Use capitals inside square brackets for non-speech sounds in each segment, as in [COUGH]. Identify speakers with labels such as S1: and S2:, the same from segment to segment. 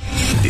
S1: The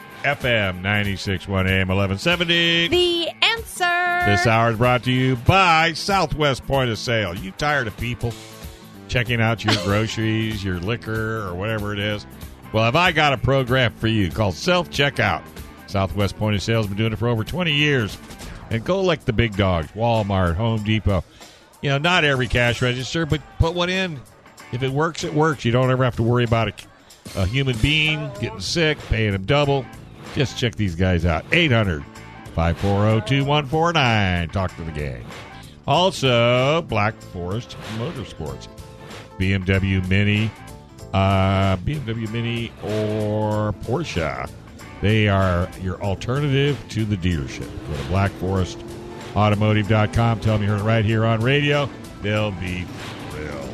S2: FM 961 AM 1170.
S3: The answer.
S2: This hour is brought to you by Southwest Point of Sale. You tired of people checking out your groceries, your liquor, or whatever it is? Well, have I got a program for you called Self Checkout? Southwest Point of Sale has been doing it for over 20 years. And go like the big dogs Walmart, Home Depot. You know, not every cash register, but put one in. If it works, it works. You don't ever have to worry about a, a human being getting sick, paying them double. Just check these guys out. 800 540-2149. Talk to the gang. Also, Black Forest Motorsports. BMW Mini, uh, BMW Mini or Porsche. They are your alternative to the dealership. Go to blackforestautomotive.com. Tell them you heard it right here on radio. They'll be thrilled.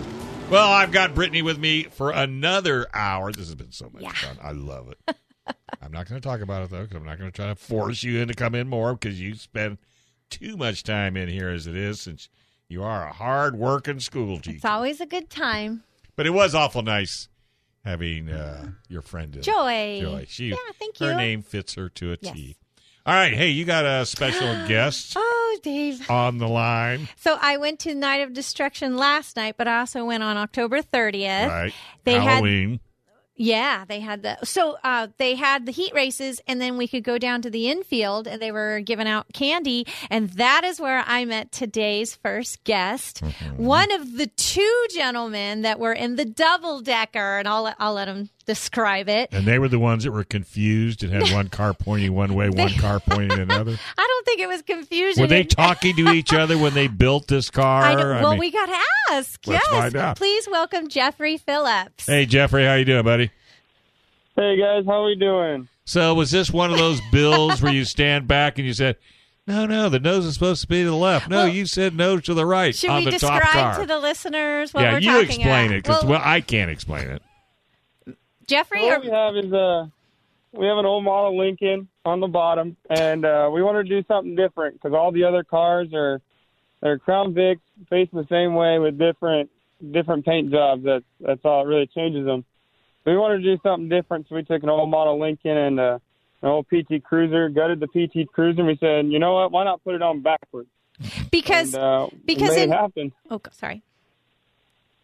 S2: Well, I've got Brittany with me for another hour. This has been so much fun. I love it. [LAUGHS] I'm not going to talk about it though, because I'm not going to try to force you in to come in more because you spend too much time in here as it is, since you are a hard working school
S3: It's
S2: teacher.
S3: always a good time.
S2: But it was awful nice having uh, your friend in.
S3: Joy.
S2: Joy. She,
S3: Yeah, thank
S2: Her
S3: you.
S2: name fits her to a T.
S3: Yes.
S2: All right. Hey, you got a
S3: [GASPS]
S2: special guest
S3: Oh, Dave.
S2: on the line.
S3: So I went to Night of Destruction last night, but I also went on October 30th.
S2: Right.
S3: Uh, They had-
S2: Halloween.
S3: Yeah, they had the so uh, they had the heat races, and then we could go down to the infield, and they were giving out candy, and that is where I met today's first guest,
S2: Mm-hmm.
S3: one of the two gentlemen that were in the double decker, and I'll let- I'll let him describe it.
S2: and they were the ones that were confused and
S3: [LAUGHS]
S2: had one car pointing one way, one car pointing another.
S3: I don't think it was confusion.
S2: Were they
S3: and-
S2: talking to each other when they built this car?
S3: I know,
S2: I
S3: well,
S2: mean-
S3: we got to ask.
S2: Let's
S3: yes.
S2: find out.
S3: Please welcome Jeffrey Phillips.
S2: Hey Jeffrey, how you doing, buddy?
S4: Hey guys, how we doing?
S2: So was this one of those bills
S3: [LAUGHS]
S2: where you stand back and you said, "No, no, the nose is supposed to be to the left. No,
S3: Well,
S2: you said no to the right
S3: Should
S2: on
S3: we
S2: the top
S3: describe
S2: car."
S3: to the listeners what
S2: yeah,
S3: we're
S2: you
S3: talking
S2: explain
S3: about?
S2: it because
S3: well,
S2: well, I can't explain it.
S3: Jeffrey,
S4: What
S3: or-
S4: we have is uh we have an old model Lincoln on the bottom, and uh, we wanted to do something different because all the other cars are they're Crown Vics facing the same way with different different paint jobs. That's that's all it really changes them. We wanted to do something different, so we took an old model Lincoln and uh, an old PT Cruiser, gutted the PT Cruiser, and we said, you know what? Why not put it on backwards?
S3: because
S4: And, uh, we
S3: because
S4: made
S3: in-
S4: it happened.
S3: oh, go- sorry,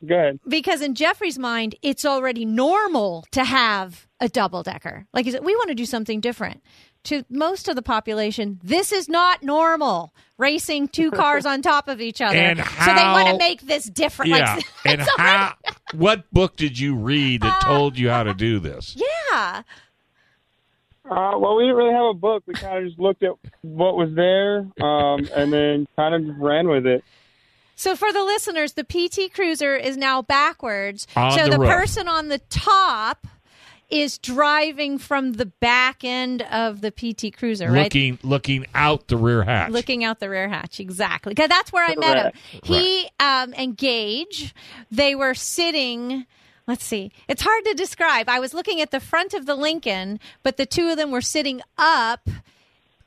S4: Go ahead.
S3: because in Jeffrey's mind, it's already normal to have a double decker. Like he said, we want to do something different. To most of the population, this is not normal. Racing
S4: [LAUGHS]
S3: two cars on top of each other,
S2: And
S3: so they want
S2: how-
S3: to make this different. [LAUGHS]
S2: Yeah,
S3: [LAUGHS] Like,
S2: and how? What book did you read that
S3: Uh,
S2: told you
S3: [LAUGHS]
S2: how to do this?
S3: yeah.
S4: Uh, well, we didn't really have a book. We kind of just looked at what was there, um, and then kind of just ran with it.
S3: So for the listeners, the PT Cruiser is now backwards.
S2: On
S3: so
S2: the
S3: the,
S2: roof.
S3: person on the top is driving from the back end of the PT Cruiser, right?
S2: Looking, looking out the rear hatch.
S3: Looking out the rear hatch, exactly. 'Cause that's where I met him. He um, and Gage, they were sitting. Let's see. It's hard to describe. I was looking at the front of the Lincoln, but the two of them were sitting up,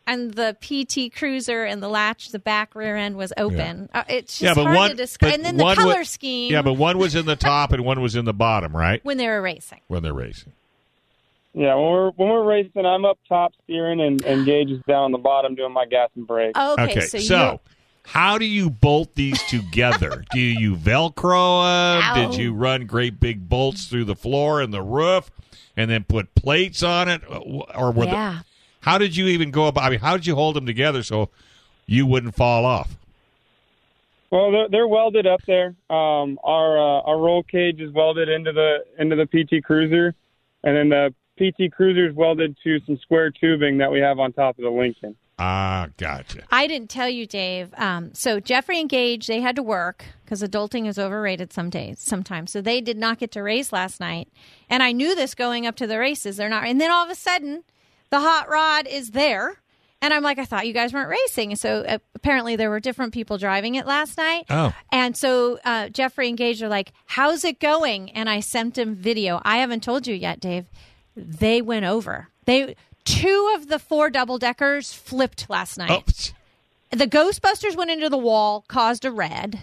S3: and the PT Cruiser and the latch, the back rear end was open. Uh, it's just hard to describe.
S2: but
S3: And then the
S2: one
S3: color
S2: wa-
S3: scheme.
S2: Yeah, but one was in
S3: [LAUGHS]
S2: the top and one was in the bottom, right?
S3: when they were racing.
S2: When they're racing.
S4: Yeah, when we're when we're racing, I'm up top steering, and, and Gage is down on the bottom doing my gas and brake.
S3: Okay,
S2: Okay,
S3: so,
S2: so,
S3: you-
S2: How do you bolt these
S3: [LAUGHS]
S2: together? do you Velcro them?
S3: Ow.
S2: Did you run great big bolts through the floor and the roof, and then put plates on it, Uh, or were the-
S3: Yeah.
S2: how did you even go about? I mean, how did you hold them together so you wouldn't fall off?
S4: Well, they're, they're welded up there. Um, our uh, our roll cage is welded into the into the PT Cruiser, and then the PT Cruiser is welded to some square tubing that we have on top of the Lincoln.
S2: Ah, gotcha.
S3: I didn't tell you, Dave. Um, so Jeffrey and Gage, they had to work because adulting is overrated some days, sometimes. So they did not get to race last night, and I knew this going up to the races. They're not, and then all of a sudden, the hot rod is there, and I'm like, I thought you guys weren't racing. And so uh, apparently, there were different people driving it last night.
S2: Oh.
S3: And so uh, Jeffrey and Gage are like, "How's it going?" And I sent him video. I haven't told you yet, Dave. They went over. They two of the four double deckers flipped last night
S2: Oh,
S3: the Ghostbusters went into the wall, caused a red,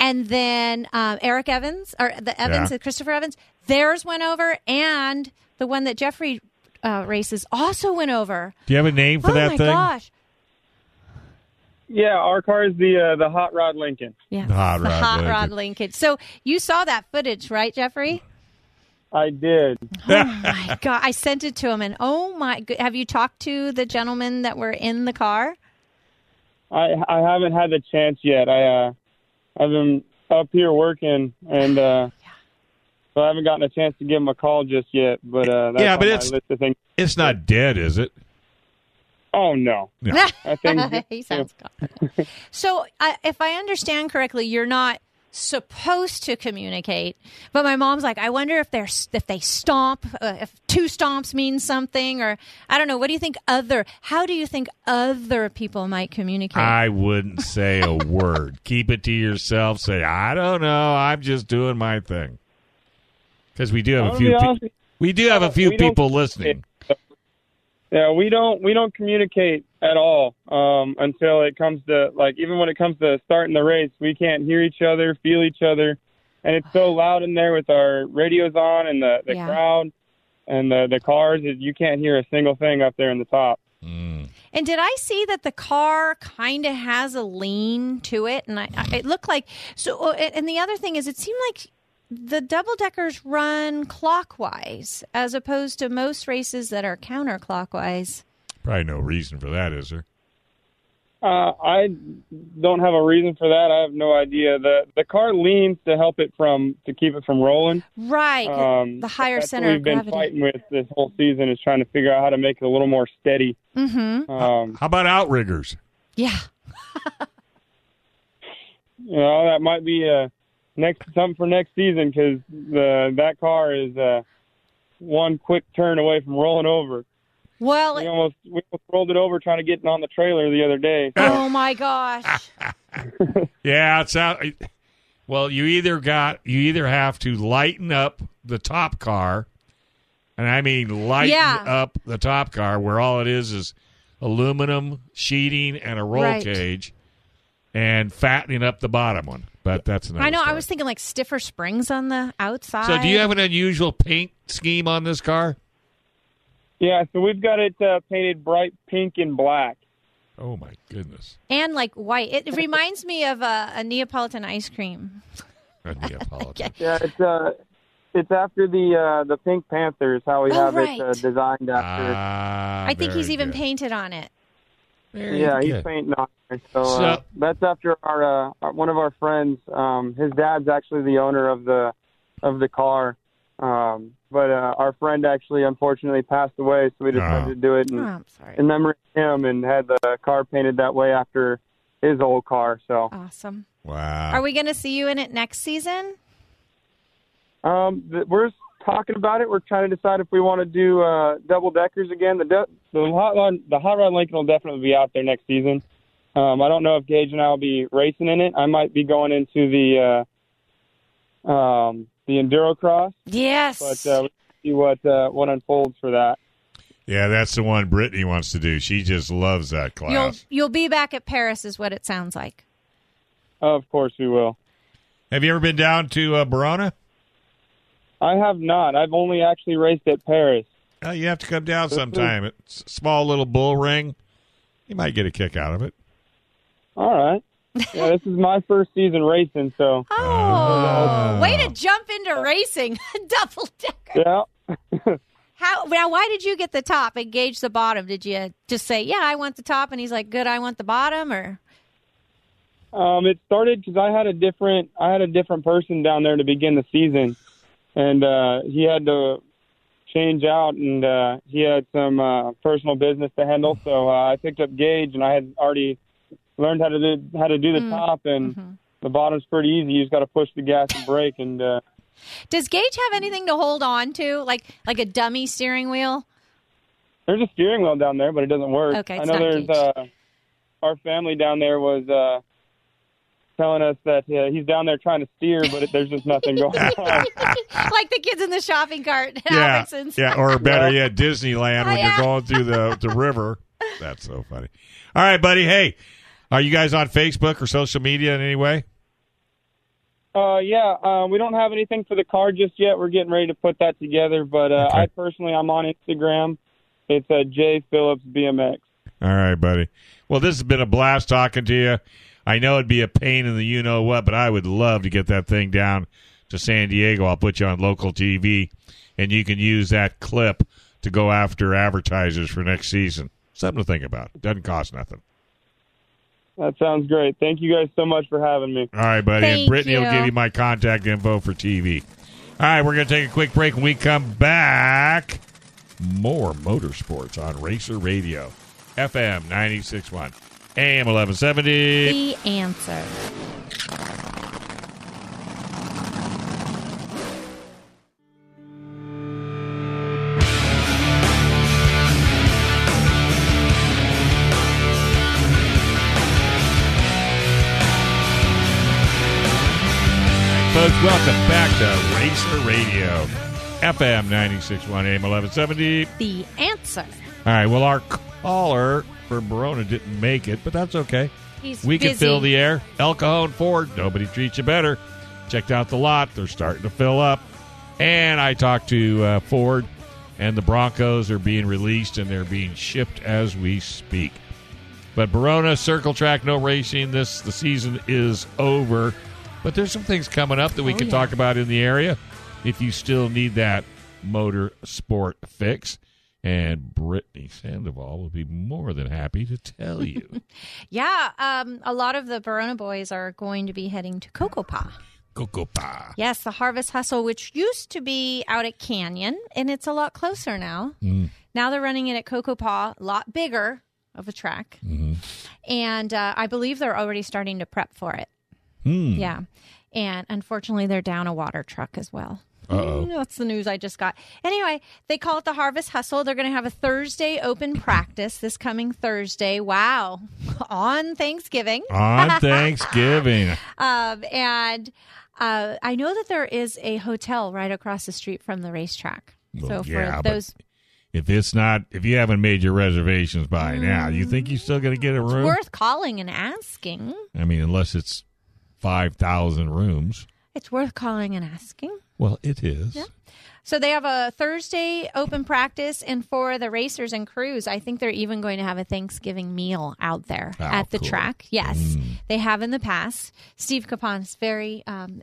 S3: and then um, Eric Evans or the Evans,
S2: Yeah.
S3: Christopher Evans, theirs went over, and the one that Jeffrey uh, races also went over.
S2: do you have a name for
S3: oh
S2: that
S3: my
S2: thing?
S3: gosh!
S4: Yeah, our car is the uh, the Hot Rod Lincoln.
S3: Yeah,
S2: The hot
S3: it's the
S2: rod
S3: hot
S2: linkage.
S3: rod linkage. So you saw that footage,
S2: [LAUGHS]
S3: right, Jeffrey?
S4: I did.
S3: Oh my god! I sent it to him, and oh my! go- Have you talked to the gentlemen that were in the car?
S4: I I haven't had the chance yet. I uh, I've been up here working, and uh, so I haven't gotten a chance to give him a call just yet. But uh, that's
S2: Yeah, but
S4: on my
S2: it's-
S4: list of things.
S2: It's not dead, is it?
S4: Oh no,
S3: [LAUGHS]
S2: No.
S4: I think
S3: he sounds confident. so, I if I understand correctly, you're not supposed to communicate. But my mom's like, I wonder if they're if they stomp, uh, if two stomps means something, or I don't know. What do you think? Other? How do you think other people might communicate?
S2: I wouldn't say
S3: [LAUGHS]
S2: a word. Keep it to yourself. Say, I don't know. I'm just doing my thing. Because we do have a
S4: I'll
S2: few.
S4: be
S2: Pe-
S4: honest with
S2: we do have a
S4: Uh,
S2: few
S4: we don't-
S2: people listening.
S4: Yeah, we don't we don't communicate at all um, until it comes to like even when it comes to starting the race, we can't hear each other, feel each other, and it's so loud in there with our radios on and the, the
S3: Yeah.
S4: crowd and the the cars. that You can't hear a single thing up there in the top.
S3: And did I see that the car kind of has a lean to it? And I, I, it looked like so. uh, And the other thing is, it seemed like the double deckers run clockwise as opposed to most races that are counterclockwise.
S2: Probably no reason for that, is there?
S4: Uh, I don't have a reason for that. I have no idea. the The car leans to help it from to keep it from rolling.
S3: Right, 'cause
S4: Um,
S3: the higher
S4: that's what
S3: center
S4: we've
S3: of
S4: been
S3: gravity.
S4: fighting with this whole season is trying to figure out how to make it a little more steady. Mm-hmm. Um,
S2: How about outriggers?
S3: Yeah,
S4: you know that might be uh next something for next season because the that car is uh one quick turn away from rolling over.
S3: well.
S4: We almost we almost rolled it over trying to get it on the trailer the other day.
S3: Oh my
S2: Ah,
S3: gosh!
S2: Yeah, it's out. Well, you either got you either have to lighten up the top car, and I mean lighten
S3: Yeah.
S2: up the top car, where all it is is aluminum sheeting and a roll
S3: Right.
S2: cage, and fattening up the bottom one. But that's another.
S3: I know. I
S2: story.
S3: was thinking like stiffer springs on the outside.
S2: So, do you have an unusual paint scheme on this car?
S4: Yeah, so we've got it uh, painted bright pink and black.
S2: Oh my goodness,
S3: and like white? It reminds me of a, a Neapolitan ice cream.
S2: a
S3: [LAUGHS]
S2: Neapolitan.
S4: Yeah, it's uh it's after the uh the Pink Panther is how we
S3: Oh,
S4: have
S3: right.
S4: it uh, designed after.
S2: Ah,
S3: I think
S2: very
S3: he's even
S2: good.
S3: painted on it.
S2: Very
S4: yeah,
S2: good.
S4: he's painting on there. So, uh,
S2: So-
S4: that's after our uh, our- one of our friends. Um, his dad's actually the owner of the of the car, um, but uh, our friend actually unfortunately passed away, so we decided
S2: Oh.
S4: to do it in,
S3: Oh, I'm sorry.
S4: in memory of him and had the car painted that way after his old car. So
S3: Awesome.
S2: Wow.
S3: Are we going to see you in it next season?
S4: Um, th- we're talking about it. We're trying to decide if we want to do uh, double deckers again. The de- the hot rod the hot rod Lincoln will definitely be out there next season. Um, I don't know if Gage and I will be racing in it. I might be going into the uh, um, the enduro cross,
S3: Yes.
S4: but uh, we'll see what uh, what unfolds for that.
S2: Yeah, that's the one Brittany wants to do. She just loves that class.
S3: you'll you'll be back at Paris, is what it sounds like.
S4: Of course, we will.
S2: Have you ever been down to uh, Barona?
S4: I have not. I've only actually raced at Paris.
S2: Uh, you have to come down sometime. It's a small little bull ring. You might get a kick out of it.
S4: All right. yeah, this is my first season racing, so
S3: Oh,
S2: Oh.
S3: way to jump
S4: Uh,
S3: into racing, [LAUGHS] double decker.
S4: yeah.
S3: How now? Why did you get the top and gauge the bottom? Did you just say, "Yeah, I want the top," and he's like, "Good, I want the bottom"? Or
S4: Um, it started because I had a different I had a different person down there to begin the season, and uh, he had to change out, and uh, he had some uh, personal business to handle. So uh, I picked up Gage, and I had already learned how to do, how to do the
S3: Mm.
S4: top, and
S3: Mm-hmm.
S4: the bottom's pretty easy. You just got to push the gas and brake, and uh,
S3: does Gage have anything to hold on to, like like a dummy steering
S4: [LAUGHS]
S3: wheel? [LAUGHS]
S4: There's a steering wheel down there, but it doesn't work.
S3: Okay, it's
S4: I know
S3: not
S4: there's uh, our family down there was uh, telling us that uh, he's down there trying to steer, but it, there's just nothing
S3: [LAUGHS]
S4: going on.
S3: like the kids in the shopping cart at
S2: yeah,
S3: Albertsons.
S2: yeah, or better [LAUGHS] yet, Disneyland when
S3: Yeah.
S2: you're going through the the river. That's so funny. All right, buddy. Hey, are you guys on Facebook or social media in any way?
S4: Uh, yeah, uh, we don't have anything for the car just yet. We're getting ready to put that together, but uh,
S2: Okay.
S4: I personally I'm on Instagram. It's uh, J Phillips BMX.
S2: All right, buddy. Well, this has been a blast talking to you. I know it'd be a pain in the you know what, but I would love to get that thing down to San Diego. I'll put you on local TV, and you can use that clip to go after advertisers for next season. Something to think about. Doesn't cost nothing.
S4: That sounds great. Thank you guys so much for having me.
S2: All right, buddy. and
S3: Thank
S2: Brittany will
S3: you.
S2: give you my contact info for TV. All right, we're going to take a quick break. When we come back, more motorsports on Racer Radio, FM 96.1, AM 1170.
S3: The answer.
S2: Folks, welcome back to Racer Radio, FM 96.1 AM 1170. All
S3: The answer.
S2: right, well, our caller for Barona didn't make it, but that's okay.
S3: He's
S2: we can
S3: busy.
S2: fill the air. El Cajon Ford, nobody treats you better. Checked out the lot; they're starting to fill up. And I talked to uh, Ford, and the Broncos are being released and they're being shipped as we speak. But Barona Circle Track, no racing this the season is over. But there's some things coming up that we can talk about in the area if you still need that motor sport fix. And Brittany Sandoval will be more than happy to tell you. [LAUGHS]
S3: Yeah, um, a lot of the Verona boys are going to be heading to Cocopa.
S2: Coco Pa.
S3: Yes, the Harvest Hustle, which used to be out at Canyon, and it's a lot closer now. Now they're running it at Cocopa, a lot bigger of a track. And uh, I believe they're already starting to prep for it. Yeah. And unfortunately, they're down a water truck as well.
S2: Uh-oh.
S3: [LAUGHS] That's the news I just got. Anyway, they call it the Harvest Hustle. They're going to have a Thursday open practice this coming Thursday. Wow. [LAUGHS] On Thanksgiving.
S2: on Thanksgiving.
S3: Um, and uh, I know that there is a hotel right across the street from the racetrack.
S2: Well,
S3: so
S2: yeah,
S3: for
S2: but
S3: those,
S2: If it's not, if you haven't made your reservations by now, you think you're still going to get a room?
S3: worth calling and asking.
S2: I mean, unless it's 5,000 rooms.
S3: It's worth calling and asking.
S2: Well, it is.
S3: So they have a Thursday open practice, and for the racers and crews, I think they're even going to have a Thanksgiving meal out there
S2: Oh,
S3: at the
S2: cool. Mm.
S3: track. Yes, they have in the past. Steve Capon is very, um,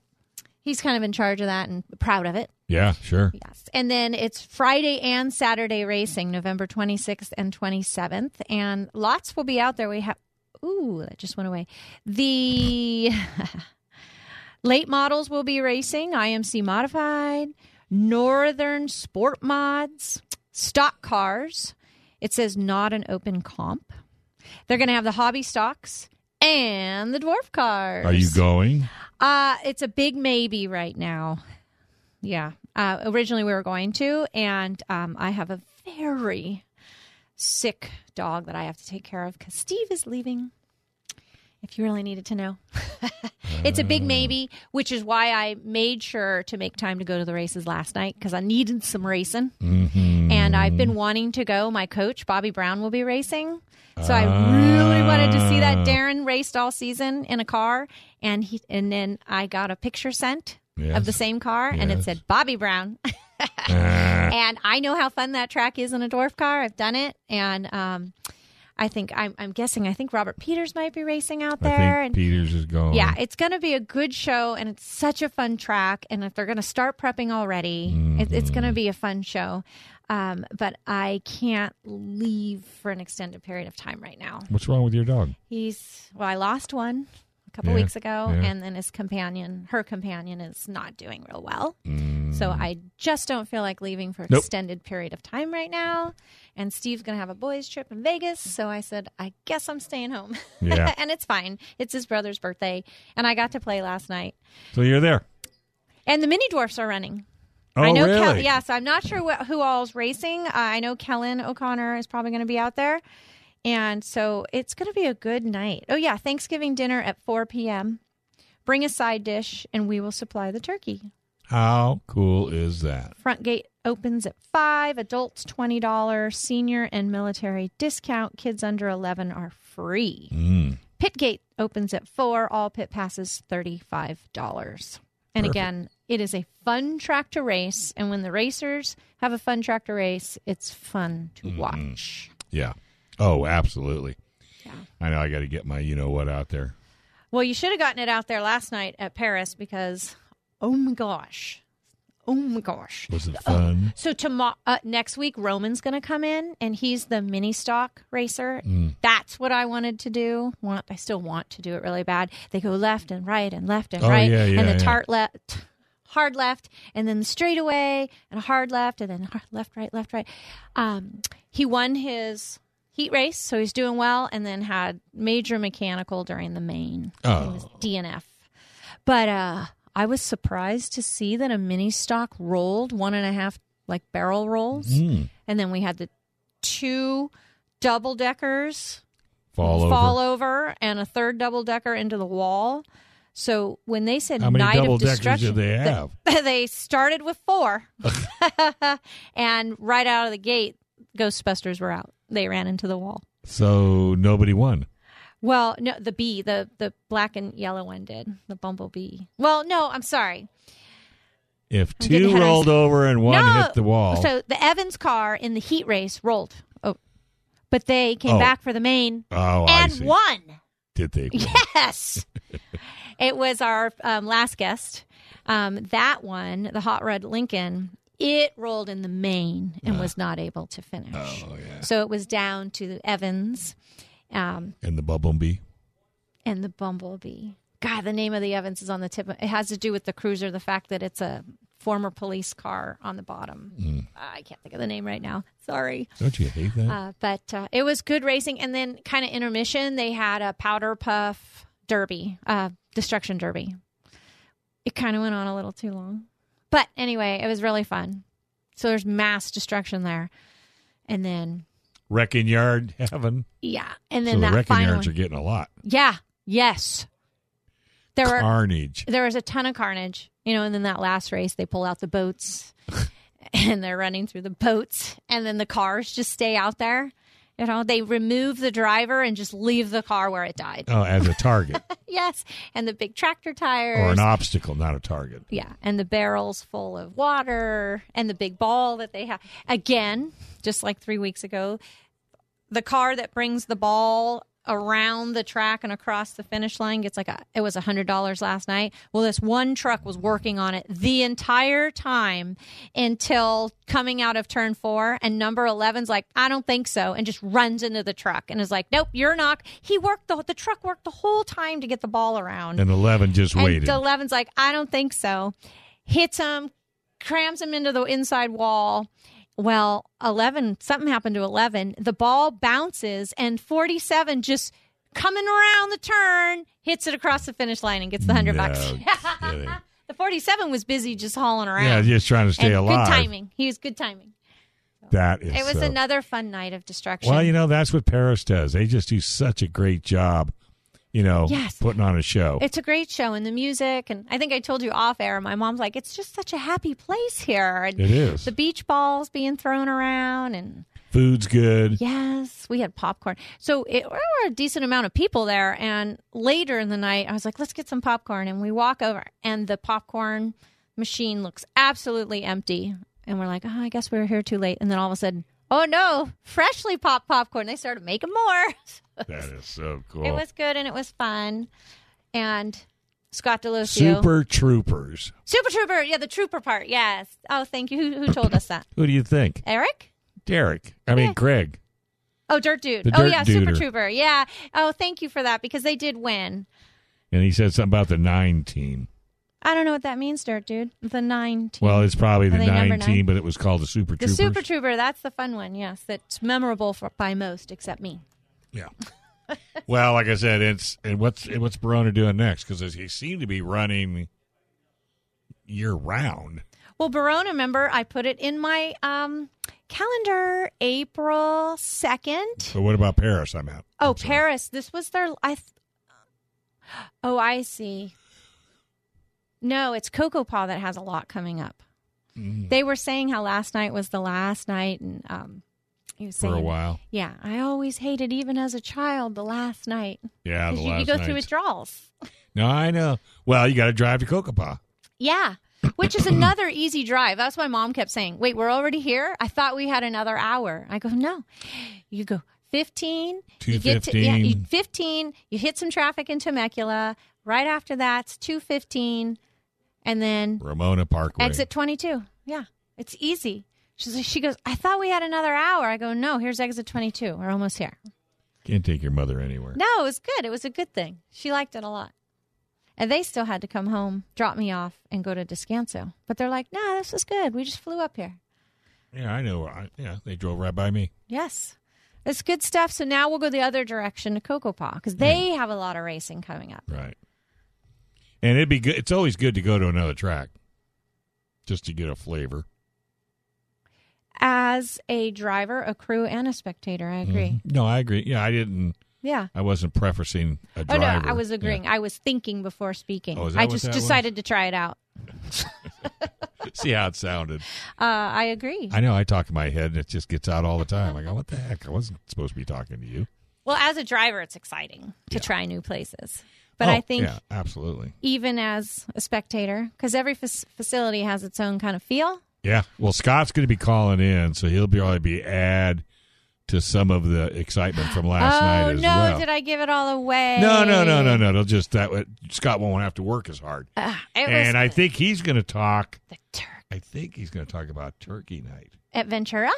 S3: he's kind of in charge of that and proud of it.
S2: Yeah, sure.
S3: Yes. And then it's Friday and Saturday racing, November 26th and 27th. And lots will be out there. We have, ooh, that just went away. The [LAUGHS] late models will be racing IMC Modified, Northern Sport Mods, Stock Cars. It says not an open comp. They're going to have the hobby stocks and the dwarf cars.
S2: Are you going?
S3: Uh, it's a big maybe right now. Yeah. Uh, originally, we were going to, and um, I have a very sick dog that I have to take care of because Steve is leaving. If you really needed to know, [LAUGHS] it's a big maybe, which is why I made sure to make time to go to the races last night because I needed some racing. And I've
S2: Mm.
S3: been wanting to go. My coach, Bobby Brown, will be racing. So I really wanted to see
S2: Ah.
S3: that. Darren raced all season in a car, and he and then I got a picture sent
S2: Yes.
S3: of the same car, and it
S2: Yes.
S3: said Bobby Brown. [LAUGHS]
S2: Ah,
S3: and I know how fun that track is in a dwarf car. I've done it, and um, I think I'm, I'm guessing. I think Robert Peters might be racing out
S5: I
S3: there.
S5: think
S3: and
S5: Peters is gone.
S3: yeah, it's going to be a good show, and it's such a fun track. And if they're going to start prepping already, it, it's going to be a fun show. Um, but I can't leave for an extended period of time right now.
S5: What's wrong with your dog?
S3: He's well, I lost one a couple
S5: Yeah,
S3: weeks ago,
S5: yeah.
S3: and then his companion, her companion, is not doing real well. So I just don't feel like leaving for an
S5: Mm. Nope.
S3: extended period of time right now. And Steve's going to have a boys' trip in Vegas, so I said, I guess I'm staying home.
S5: Yeah.
S3: [LAUGHS] and it's fine. It's his brother's birthday, and I got to play last night.
S5: So you're there.
S3: And the mini dwarfs are running.
S5: Oh,
S3: I know
S5: really?
S3: Kel- yeah, so I'm not sure wh- who all's racing. Uh, I know Kellen O'Connor is probably going to be out there. And so it's going to be a good night. Oh, yeah, Thanksgiving dinner at 4 p.m. Bring a side dish and we will supply the turkey.
S5: How cool is that?
S3: Front gate opens at 5, adults $20, senior and military discount. Kids under 11 are free.
S5: Mm,
S3: Pit gate opens at 4, all pit passes $35. And again, it is a fun track to race. And when the racers have a fun track to race, it's fun to
S5: Mm-hmm.
S3: watch.
S5: Yeah. Oh, absolutely.
S3: Yeah.
S5: I know I got to get my you know what out there.
S3: Well, you should have gotten it out there last night at Paris because, oh my gosh. Oh my gosh.
S5: Was it fun?
S3: So tomorrow, uh, next week, Roman's going to come in, and he's the mini stock racer.
S5: Mm.
S3: That's what I wanted to do. Want I still want to do it really bad. They go left and right and left and
S5: Oh,
S3: right,
S5: yeah, yeah,
S3: and the
S5: yeah.
S3: tart left, hard left, and then the straightaway and a hard left, and then hard, left, right, left, right. Um, he won his heat race, so he's doing well, and then had major mechanical during the main.
S5: Oh.
S3: He was DNF. But uh, I was surprised to see that a mini stock rolled one and a half like barrel rolls,
S5: Hmm.
S3: and then we had the two double deckers
S5: Fall over.
S3: fall over and a third double decker into the wall. So when they said
S5: How many
S3: night
S5: double
S3: of
S5: deckers
S3: destruction,
S5: did they have?
S3: th- [LAUGHS] they started with four,
S5: [LAUGHS]
S3: and right out of the gate, Ghostbusters were out. They ran into the wall.
S5: So nobody won.
S3: Well, no, the bee, the the black and yellow one did the bumblebee. Well, no, I'm sorry.
S5: If
S3: I'm getting
S5: two
S3: head eyes.
S5: rolled over and one
S3: no,
S5: hit the wall,
S3: So the Evans car in the heat race rolled. Oh, but they came
S5: Oh.
S3: back for the main
S5: oh, I
S3: and
S5: see.
S3: won.
S5: Did
S3: [LAUGHS]
S5: they? win?
S3: Yes. it was our um, last guest. Um, that one, the Hot Red Lincoln, it rolled in the main and was not able to finish. Uh-huh. Oh, yeah. So it was down to Evans um,
S5: And the bumblebee.
S3: and the Bumblebee. God, the name of the Evans is on the tip. of- It has to do with the cruiser, the fact that it's a former police car on the bottom. I can't think of the name right now. Sorry.
S5: Don't you hate that?
S3: Uh, but uh, it was good racing. And then, kind of intermission, they had a powder puff derby, uh, destruction derby. It kind of went on a little too long. But anyway, it was really fun. So there's mass destruction there. And then,
S5: wrecking yard heaven.
S3: yeah. And then
S5: So the
S3: that
S5: wrecking
S3: final.
S5: yards are
S3: one.
S5: getting a lot.
S3: Yeah. Yes. There were
S5: Carnage.
S3: there was a ton of carnage, you know, and then that last race they pull out
S5: [LAUGHS]
S3: the boats and they're running through the boats and then the cars just stay out there. You know, they remove the driver and just leave the car where it died.
S5: Oh, as a target
S3: [LAUGHS] Yes. And the big tractor tires.
S5: or an obstacle, not a target.
S3: Yeah, and the barrels full of water and the big ball that they have. Again, just like three weeks ago, the car that brings the ball around the track and across the finish line gets like a it was a hundred dollars last night well this one truck was working on it the entire time until coming out of turn four and number 11's like i don't think so and just runs into the truck and is like nope you're not he worked the the truck worked the whole time to get the ball around
S5: And eleven just waited.
S3: and Eleven's like, I don't think so. Hits him, crams him into the inside wall. Well, Eleven, something happened to Eleven. The ball bounces, and forty-seven just coming around the turn hits it across the finish line and gets the hundred bucks. [LAUGHS]
S5: No kidding.
S3: the forty-seven was busy just hauling around.
S5: yeah, just trying to stay
S3: and
S5: alive.
S3: Good timing. He was good timing.
S5: That is.
S3: It was
S5: so-
S3: another fun night of destruction.
S5: Well, you know that's what Paris does. They just do such a great job. You know,
S3: Yes.
S5: putting on a show.
S3: It's a great show and the music and I think I told you off air. My mom's like, it's just such a happy place here. And
S5: It is.
S3: The beach balls being thrown around and
S5: Food's good.
S3: yes, we had popcorn. So it, there were a decent amount of people there. And later in the night, I was like, let's get some popcorn. And we walk over and the popcorn machine looks absolutely empty. And we're like, oh, I guess we were here too late. And then all of a sudden, oh no, freshly popped popcorn. They started making more. [LAUGHS]
S5: That is so cool.
S3: It was good and it was fun. And Scott DeLucio.
S2: Super Troopers.
S3: Super Trooper. Yeah, the trooper part. Yes. Oh, thank you. Who, who told
S2: [LAUGHS]
S3: us that?
S2: Who do you think?
S3: Eric?
S2: Derek. I mean,
S3: Yeah.
S2: Greg.
S3: Oh, Dirt Dude.
S2: The
S3: oh,
S2: Dirt
S3: yeah, Super
S2: Duder.
S3: Trooper. Yeah. Oh, thank you for that because they did win.
S2: And he said something about the nine team.
S3: I don't know what that means, Dirt Dude. The nine team.
S2: Well, it's probably
S3: Are
S2: the
S3: they number
S2: nine
S3: nine?
S2: team, but it was called the Super
S3: the
S2: Troopers.
S3: Super Trooper. That's the fun one. Yes, that's memorable for, by most except me.
S2: yeah. well, like I said, it's and what's and what's Barona doing next? Because he seemed to be running year round.
S3: Well, Barona, remember I put it in my um, calendar, April second.
S2: So what about Paris? I'm out.
S3: Oh,
S2: I'm sorry.
S3: Paris. This was their. I. Th- oh, I see. No, it's Cocoa Paw that has a lot coming up.
S2: Mm.
S3: They were saying how last night was the last night, and um, he was
S2: for
S3: saying,
S2: a while.
S3: "Yeah, I always hated, even as a child, the last night
S2: Yeah, the
S3: because you,
S2: last
S3: you go through
S2: night.
S3: withdrawals."
S2: No, I know. Well, you got to drive to Kokopah.
S3: Yeah. Which is another easy drive. That's why mom kept saying, Wait, we're already here? I thought we had another hour. I go, No. You go 15, you get to, yeah, you,
S2: 215.
S3: 15, you hit some traffic in Temecula. Right after that's 215, and then
S2: Ramona Parkway.
S3: Mm-hmm. exit 22. Yeah, it's easy. She's, she goes, I thought we had another hour. I go, No, here's exit 22. We're almost here.
S2: Can't take your mother anywhere.
S3: No, it was good. It was a good thing. She liked it a lot. And they still had to come home, drop me off, and go to Descanso. But they're like, nah, this is good. We just flew up here.
S2: Yeah, I know. I, yeah, they drove right by me.
S3: Yes. It's good stuff. So now we'll go the other direction to Cocoa Paw because they
S2: Hmm.
S3: have a lot of racing coming up.
S2: Right. And it'd be good. It's always good to go to another track, just to get a flavor.
S3: As a driver, a crew, and a spectator, I agree.
S2: Mhm. No, I agree. Yeah, I didn't.
S3: Yeah.
S2: I wasn't prefacing Mm-hmm. a
S3: Oh,
S2: driver.
S3: no, I was
S2: Yeah.
S3: agreeing. I was thinking before speaking.
S2: Oh, is that
S3: I
S2: what
S3: just
S2: that was?
S3: decided to try it out.
S2: See how it sounded.
S3: Uh, I agree.
S2: I know. I talk in my head, and it just gets out all the time. I go, "What the heck? I wasn't supposed to be talking to you."
S3: well, as a driver, it's exciting to try new places. But
S2: Oh,
S3: I think
S2: yeah, absolutely.
S3: even as a spectator because every fac facility has its own kind of feel
S2: Yeah. Well, Scott's going to be calling in, so he'll be probably be add to some of the excitement from last
S3: [GASPS] oh
S2: night as
S3: no
S2: well.
S3: did i give it all away
S2: no, no, no, no, no. It'll just that way, Scott won't have to work as hard.
S3: it was
S2: and I think he's going to talk.
S3: the turk
S2: I think he's going to talk about Turkey Night.
S3: at ventura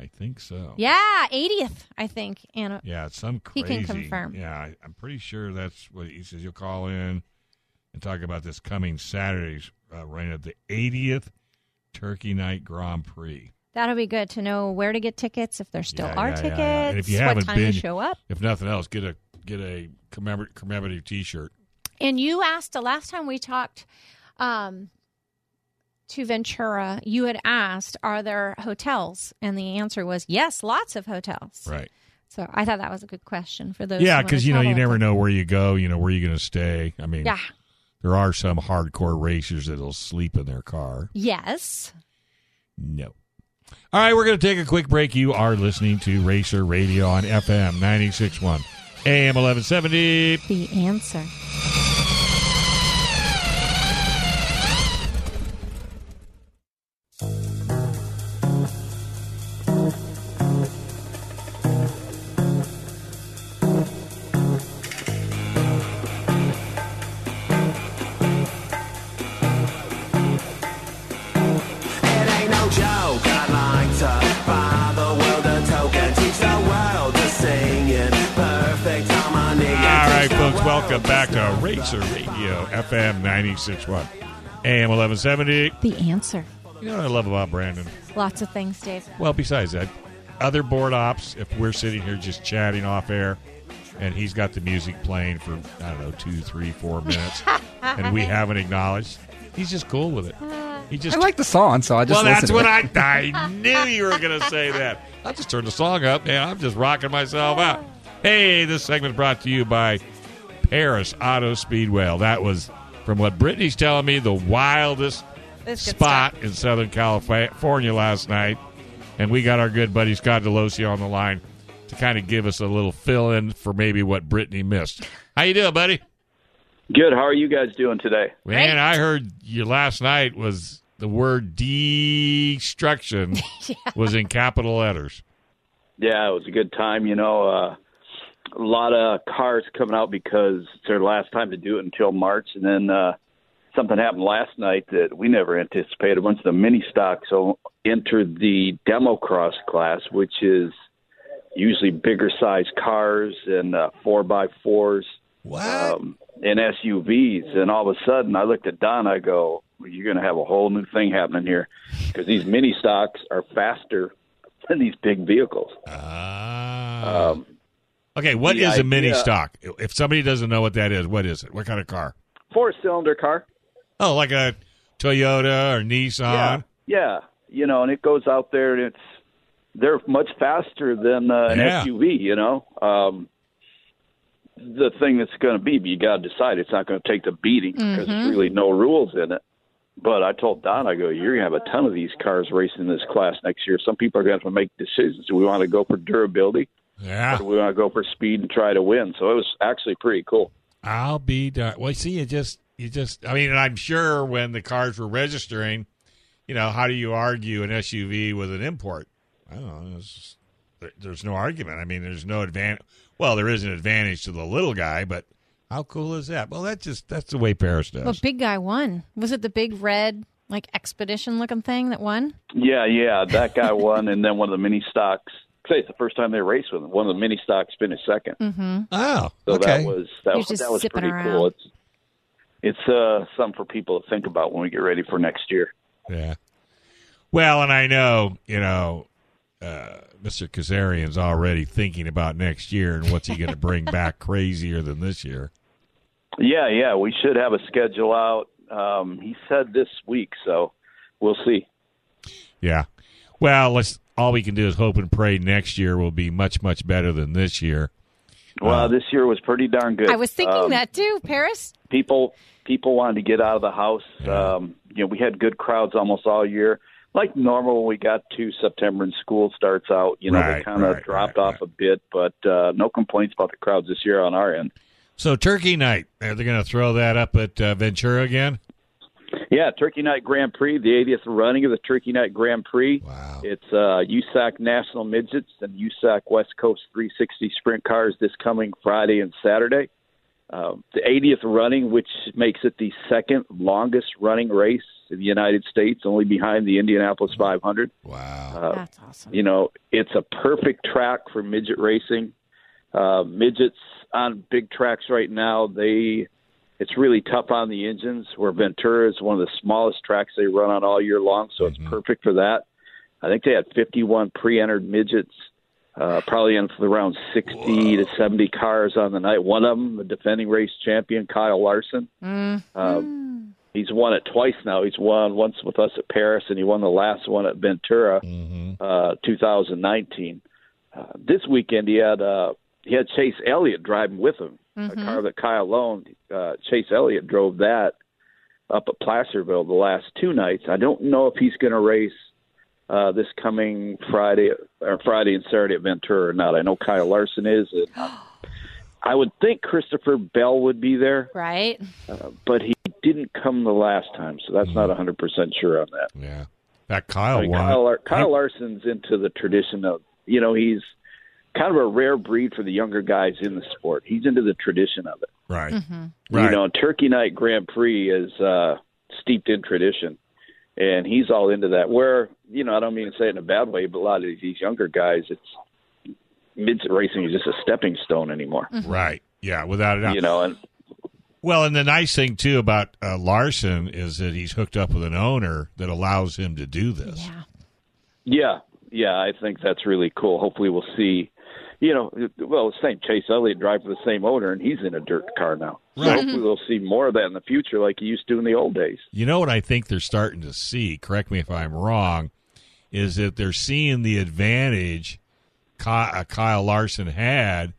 S2: I think so.
S3: yeah 80th i think anna
S2: Yeah, it's some
S3: He
S2: crazy.
S3: can confirm.
S2: Yeah, I, I'm pretty sure that's what he says. You'll call in and talk about this coming Saturday's uh, run of the 80th Turkey Night Grand Prix.
S3: that'll be good to know where to get tickets if there still
S2: Yeah,
S3: are
S2: yeah, yeah,
S3: tickets
S2: yeah. And if you
S3: what
S2: haven't
S3: time
S2: been-
S3: to show up
S2: If nothing else, get a get a commemor- commemorative T-shirt.
S3: and you asked the last time we talked um to Ventura, you had asked, "Are there hotels?" And the answer was yes, lots of hotels.
S2: Right.
S3: So I thought that was a good question for those.
S2: Yeah,
S3: because
S2: because you know you never know where you go. You know where you're going to stay. I mean,
S3: Yeah.
S2: there are some hardcore racers that'll sleep in their car.
S3: Yes.
S2: No. All right, we're going to take a quick break. You are listening to Racer Radio on FM 96.1, AM 1170.
S3: The answer.
S6: It ain't no joke. I like to buy the world a token. Teach the world to sing in perfect harmony.
S2: All right, folks, welcome back to Racer Radio FM 96.1, AM 1170.
S3: The answer.
S2: You know what I love about Brandon?
S3: Lots of things, Dave.
S2: Well, besides that, other board ops, if we're sitting here just chatting off air, and he's got the music playing for, I don't know, two, three, four minutes, and we haven't acknowledged, he's just cool with it. He just
S7: I like the song, so I just
S2: well,
S7: listen
S2: that's
S7: to
S2: what
S7: it.
S2: I, I knew you were going to say that. I just turned the song up, and I'm just rocking myself out. Hey, this segment brought to you by Paris Auto Speedway. That was, from what Brittany's telling me, the wildest
S3: That's good
S2: spot in Southern California last night. And we got our good buddy Scott Delosio on the line to kind of give us a little fill in for maybe what Brittany missed. How you doing, buddy?
S6: Good. How are you guys doing today?
S2: Man, I heard you last night was the word destruction was in capital letters.
S7: Yeah, it was a good time. You know, uh, a lot of cars coming out because it's their last time to do it until March, and then uh, something happened last night that we never anticipated. A bunch of the mini stocks o- entered the demo cross class, which is usually bigger size cars and uh, four by fours um, and SUVs. And all of a sudden, I looked at Don. I go, well, "You're going to have a whole new thing happening here because these mini stocks are faster than these big vehicles." Um,
S2: Okay, what is
S7: the
S2: a mini
S7: idea-
S2: stock? If somebody doesn't know what that is, what is it? What kind of car?
S7: Four cylinder car.
S2: Oh, like a Toyota or Nissan.
S7: Yeah, you know, and it goes out there, and it's they're much faster than uh, an
S2: Yeah.
S7: SUV. You know, um, the thing that's going to be, but you got to decide it's not going to take the beating because
S8: Mhm.
S3: Mm-hmm.
S7: there's really no rules in it. But I told Don, I go, you're going to have a ton of these cars racing this class next year. Some people are going to have to make decisions. Do we want to go for durability?
S2: Yeah.
S7: Or do we want to go for speed and try to win? So it was actually pretty cool.
S2: I'll be darned. Well, see, it just, you just, I mean, and I'm sure when the cars were registering, you know, how do you argue an SUV with an import? I don't know. It's just- there, there's no argument. I mean, there's no advantage. Well, there is an advantage to the little guy, but how cool is that? Well, that's just, that's the way Paris does.
S3: Well, big guy won. Was it the big red like expedition looking thing that won?
S7: Yeah, yeah, that guy won, and then one of the mini stocks. Say it's the first time they raced with him. One of the mini stocks finished second.
S3: Mm-hmm.
S2: Oh,
S7: So
S2: okay.
S7: that was that
S3: You're
S7: was
S3: just
S7: that was
S3: zipping
S7: pretty
S3: around.
S7: cool. It's it's uh something for people to think about when we get ready for next year.
S2: Yeah. Well, and I know, you know, uh, Mr. Kazarian's already thinking about next year and what's he going to bring back crazier than this year.
S7: Yeah, yeah, we should have a schedule out. Um, he said this week, so we'll see.
S2: Yeah. Well, let's all we can do is hope and pray next year will be much much better than this year.
S7: Well, this year was pretty darn good.
S3: I was thinking
S7: Um,
S3: that too, Paris.
S7: people people wanted to get out of the house. Um, you know, we had good crowds almost all year. Like normal, when we got to September and school starts out, you know,
S2: Right,
S7: they kind of
S2: right,
S7: dropped off a bit, but uh, no complaints about the crowds this year on our end.
S2: So Turkey night, are they going to throw that up at uh, Ventura again?
S7: Yeah, Turkey Night Grand Prix, the 80th running of the Turkey Night Grand Prix. Wow. It's uh, USAC National Midgets and USAC West Coast 360 Sprint Cars this coming Friday and Saturday. Um, the 80th running, which makes it the second longest running race in the United States, only behind the Indianapolis 500.
S2: Wow.
S3: That's awesome.
S7: Uh, You know, it's a perfect track for midget racing. Uh, midgets on big tracks right now, they it's really tough on the engines. Where Ventura is one of the smallest tracks they run on all year long, so it's perfect for that. I think they had 51 pre-entered midgets, uh, probably in for around 60 to 70 cars on the night. One of them, the defending race champion Kyle Larson,
S3: Mm.
S7: um, he's won it twice now. He's won once with us at Paris, and he won the last one at Ventura, uh, 2019. Uh, this weekend, he had uh, he had Chase Elliott driving with him, a car that Kyle loaned. Uh, Chase Elliott drove that up at Placerville the last two nights. I don't know if he's going to race. Uh, this coming Friday or Friday and Saturday at Ventura or not? I know Kyle Larson is. And I would think Christopher Bell would be there
S3: Right.
S7: Uh, but he didn't come the last time, so that's not 100% sure on that.
S2: Yeah. That Kyle
S7: I mean,
S2: won.
S7: Kyle, Lar- Kyle Larson's into the tradition of, you know, he's kind of a rare breed for the younger guys in the sport. He's into the tradition of it.
S2: Right.
S7: You
S2: Right.
S7: know, Turkey Night Grand Prix is uh, steeped in tradition, and he's all into that. Where, you know, I don't mean to say it in a bad way, but a lot of these younger guys, it's mid racing is just a stepping stone anymore.
S2: Right. Yeah, without a doubt.
S7: You know, and
S2: Well, and the nice thing too about uh, Larson is that he's hooked up with an owner that allows him to do this. Yeah.
S7: Yeah, yeah, I think that's really cool. Hopefully, we'll see. You know, well, same Chase Elliott drive for the same owner, and he's in a dirt car now. So
S2: Right.
S7: hopefully, we'll see more of that in the future, like he used to in the old days.
S2: You know what I think they're starting to see, correct me if I'm wrong, is that they're seeing the advantage Ky- uh, Kyle Larson had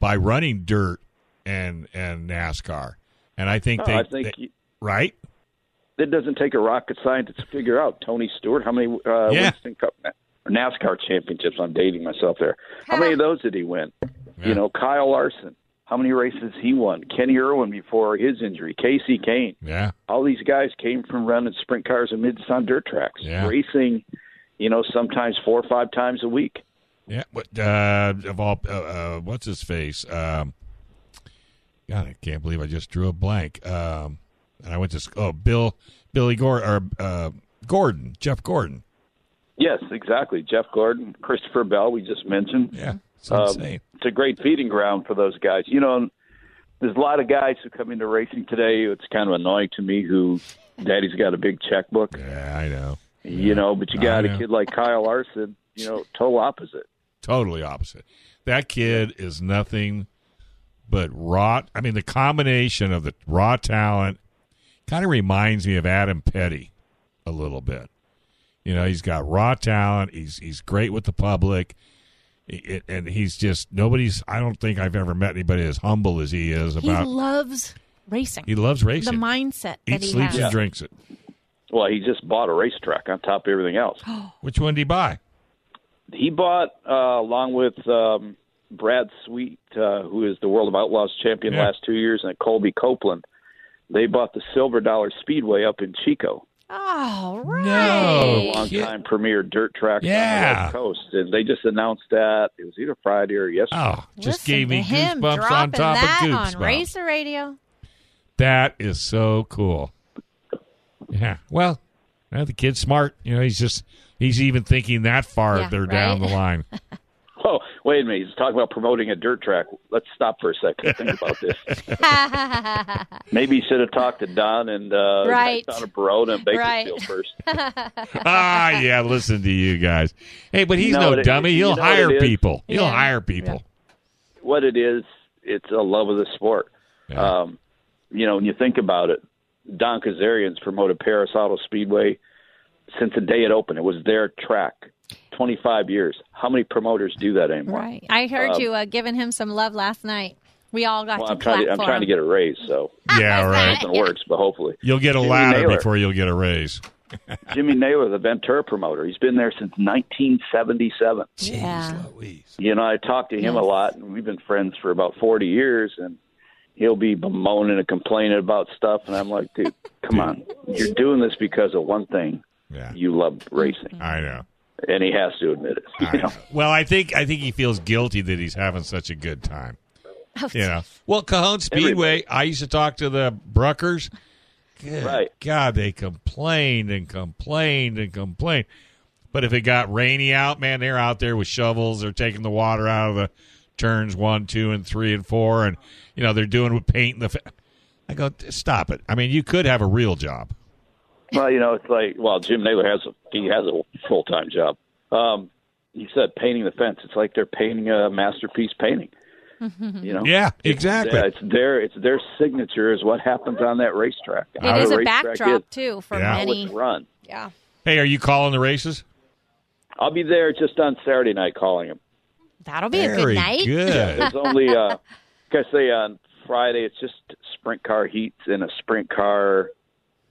S2: by running dirt and and NASCAR. And I think
S7: No,
S2: they,
S7: I think
S2: they-
S7: you-
S2: right?
S7: It doesn't take a rocket scientist to figure out Tony Stewart. How many uh,
S2: Yeah.
S7: Winston Cup or NASCAR championships? I'm dating myself there. How many of those did he win? You know, Kyle Larson. How many races he won? Kenny Irwin before his injury. Casey Kane.
S2: Yeah.
S7: all these guys came from running sprint cars and midgets on dirt tracks,
S2: Yeah.
S7: racing, you know, sometimes four or five times a week.
S2: Yeah, what uh, of all uh, uh, what's his face? Um, God, I can't believe I just drew a blank. Um, and I went to sc- oh Bill Billy Gordon or uh, Gordon Jeff Gordon.
S7: Yes, exactly. Jeff Gordon, Christopher Bell, we just mentioned.
S2: Yeah, it's insane.
S7: It's a great feeding ground for those guys. You know, and there's a lot of guys who come into racing today. It's kind of annoying to me who daddy's got a big checkbook.
S2: Yeah, I know.
S7: You know, but you
S2: I
S7: got
S2: know.
S7: a kid like Kyle Larson, you know, total opposite.
S2: Totally opposite. That kid is nothing but raw. I mean, the combination of the raw talent kind of reminds me of Adam Petty a little bit. You know, he's got raw talent. He's he's great with the public, It- and he's just nobody's. I don't think I've ever met anybody as humble as he is
S3: He
S2: about.
S3: loves racing.
S2: He loves racing.
S3: The mindset that
S2: Eats,
S3: he
S2: sleeps,
S3: has.
S2: and drinks it.
S7: Well, he just bought a racetrack on top of everything else.
S2: Which one did he buy?
S7: He bought, uh, along with um, Brad Sweet, uh, who is the World of Outlaws champion
S2: Yeah.
S7: last two years, and Colby Copeland, they bought the Silver Dollar Speedway up in Chico.
S3: Oh, right.
S7: a long time premier dirt track
S2: Yeah.
S7: on the West Coast. And they just announced that it was either Friday or yesterday.
S2: Oh, just
S3: Listen
S2: gave
S3: to
S2: me
S3: him
S2: goosebumps on
S3: dropping
S2: top
S3: that
S2: of
S3: on
S2: goosebumps.
S3: Racer Radio.
S2: That is so cool. Yeah. Well, yeah, the kid's smart. You know, he's just he's even thinking that far
S3: Yeah,
S2: they're down the
S3: right?
S2: line.
S7: Oh, wait a minute. He's talking about promoting a dirt track. Let's stop for a second. Think about this. Maybe you should have talked to Don and uh,
S3: Right.
S7: Don and Barone and Bakersfield
S3: Right.
S7: first.
S2: ah, yeah. Listen to you guys. Hey, but he's
S7: No,
S2: no,
S7: it-
S2: dummy.
S7: you
S2: He'll
S7: know what
S2: hire
S7: it is?
S2: people. He'll
S7: Yeah.
S2: hire people.
S7: What it is, it's a love of the sport. Um, you know, when you think about it, Don Kazarian's promoted Paris Auto Speedway since the day it opened. It was their track. 25 years. How many promoters do that anymore?
S3: Right. I heard
S7: Um,
S3: you uh, giving him some love last night. We all got
S7: Well,
S3: to
S7: I'm
S3: clap
S7: trying to, I'm
S3: for
S7: trying to get
S3: him.
S7: a raise, so
S2: Yeah.
S3: [LAUGHS]
S2: Right.
S7: it works, but hopefully.
S2: You'll get a
S7: Jimmy
S2: ladder
S7: Naylor.
S2: before you'll get a raise.
S7: Jimmy Naylor, the Ventura promoter, he's been there since 1977.
S3: yeah.
S7: You know, I talk to him a
S3: Yes.
S7: lot, and we've been friends for about 40 years, and he'll be bemoaning and complaining about stuff, and I'm like, dude, come on, you're doing this because of one thing.
S2: Yeah.
S7: You love racing,
S2: I know.
S7: and he has to admit it. [LAUGHS] You know?
S2: Well, I think I think he feels guilty that he's having such a good time. You know. Well, Cajon Speedway. I used to talk to the Bruckers. Good
S7: Right.
S2: God, they complained and complained and complained. But if it got rainy out, man, they're out there with shovels. They're taking the water out of the turns one, two, and three, and four, and you know they're doing with paint. In the fa- I go, stop it. I mean, you could have a real job.
S7: Well, you know, it's like well, Jim Naylor has a, he has a full time job. Um, he said painting the fence. It's like they're painting a masterpiece painting. You know,
S2: Yeah, exactly.
S7: Yeah, it's their it's their signature is what happens on that racetrack.
S3: It is a
S7: racetrack
S3: backdrop,
S7: is,
S3: too, for
S2: Yeah.
S7: how
S3: many.
S7: it's run.
S3: Yeah.
S2: Hey, are you calling the races?
S7: I'll be there just on Saturday night calling him.
S3: That'll be a
S2: Very
S3: good night.
S2: good.
S7: There's only uh, like I say on Friday, it's just sprint car heats and a sprint car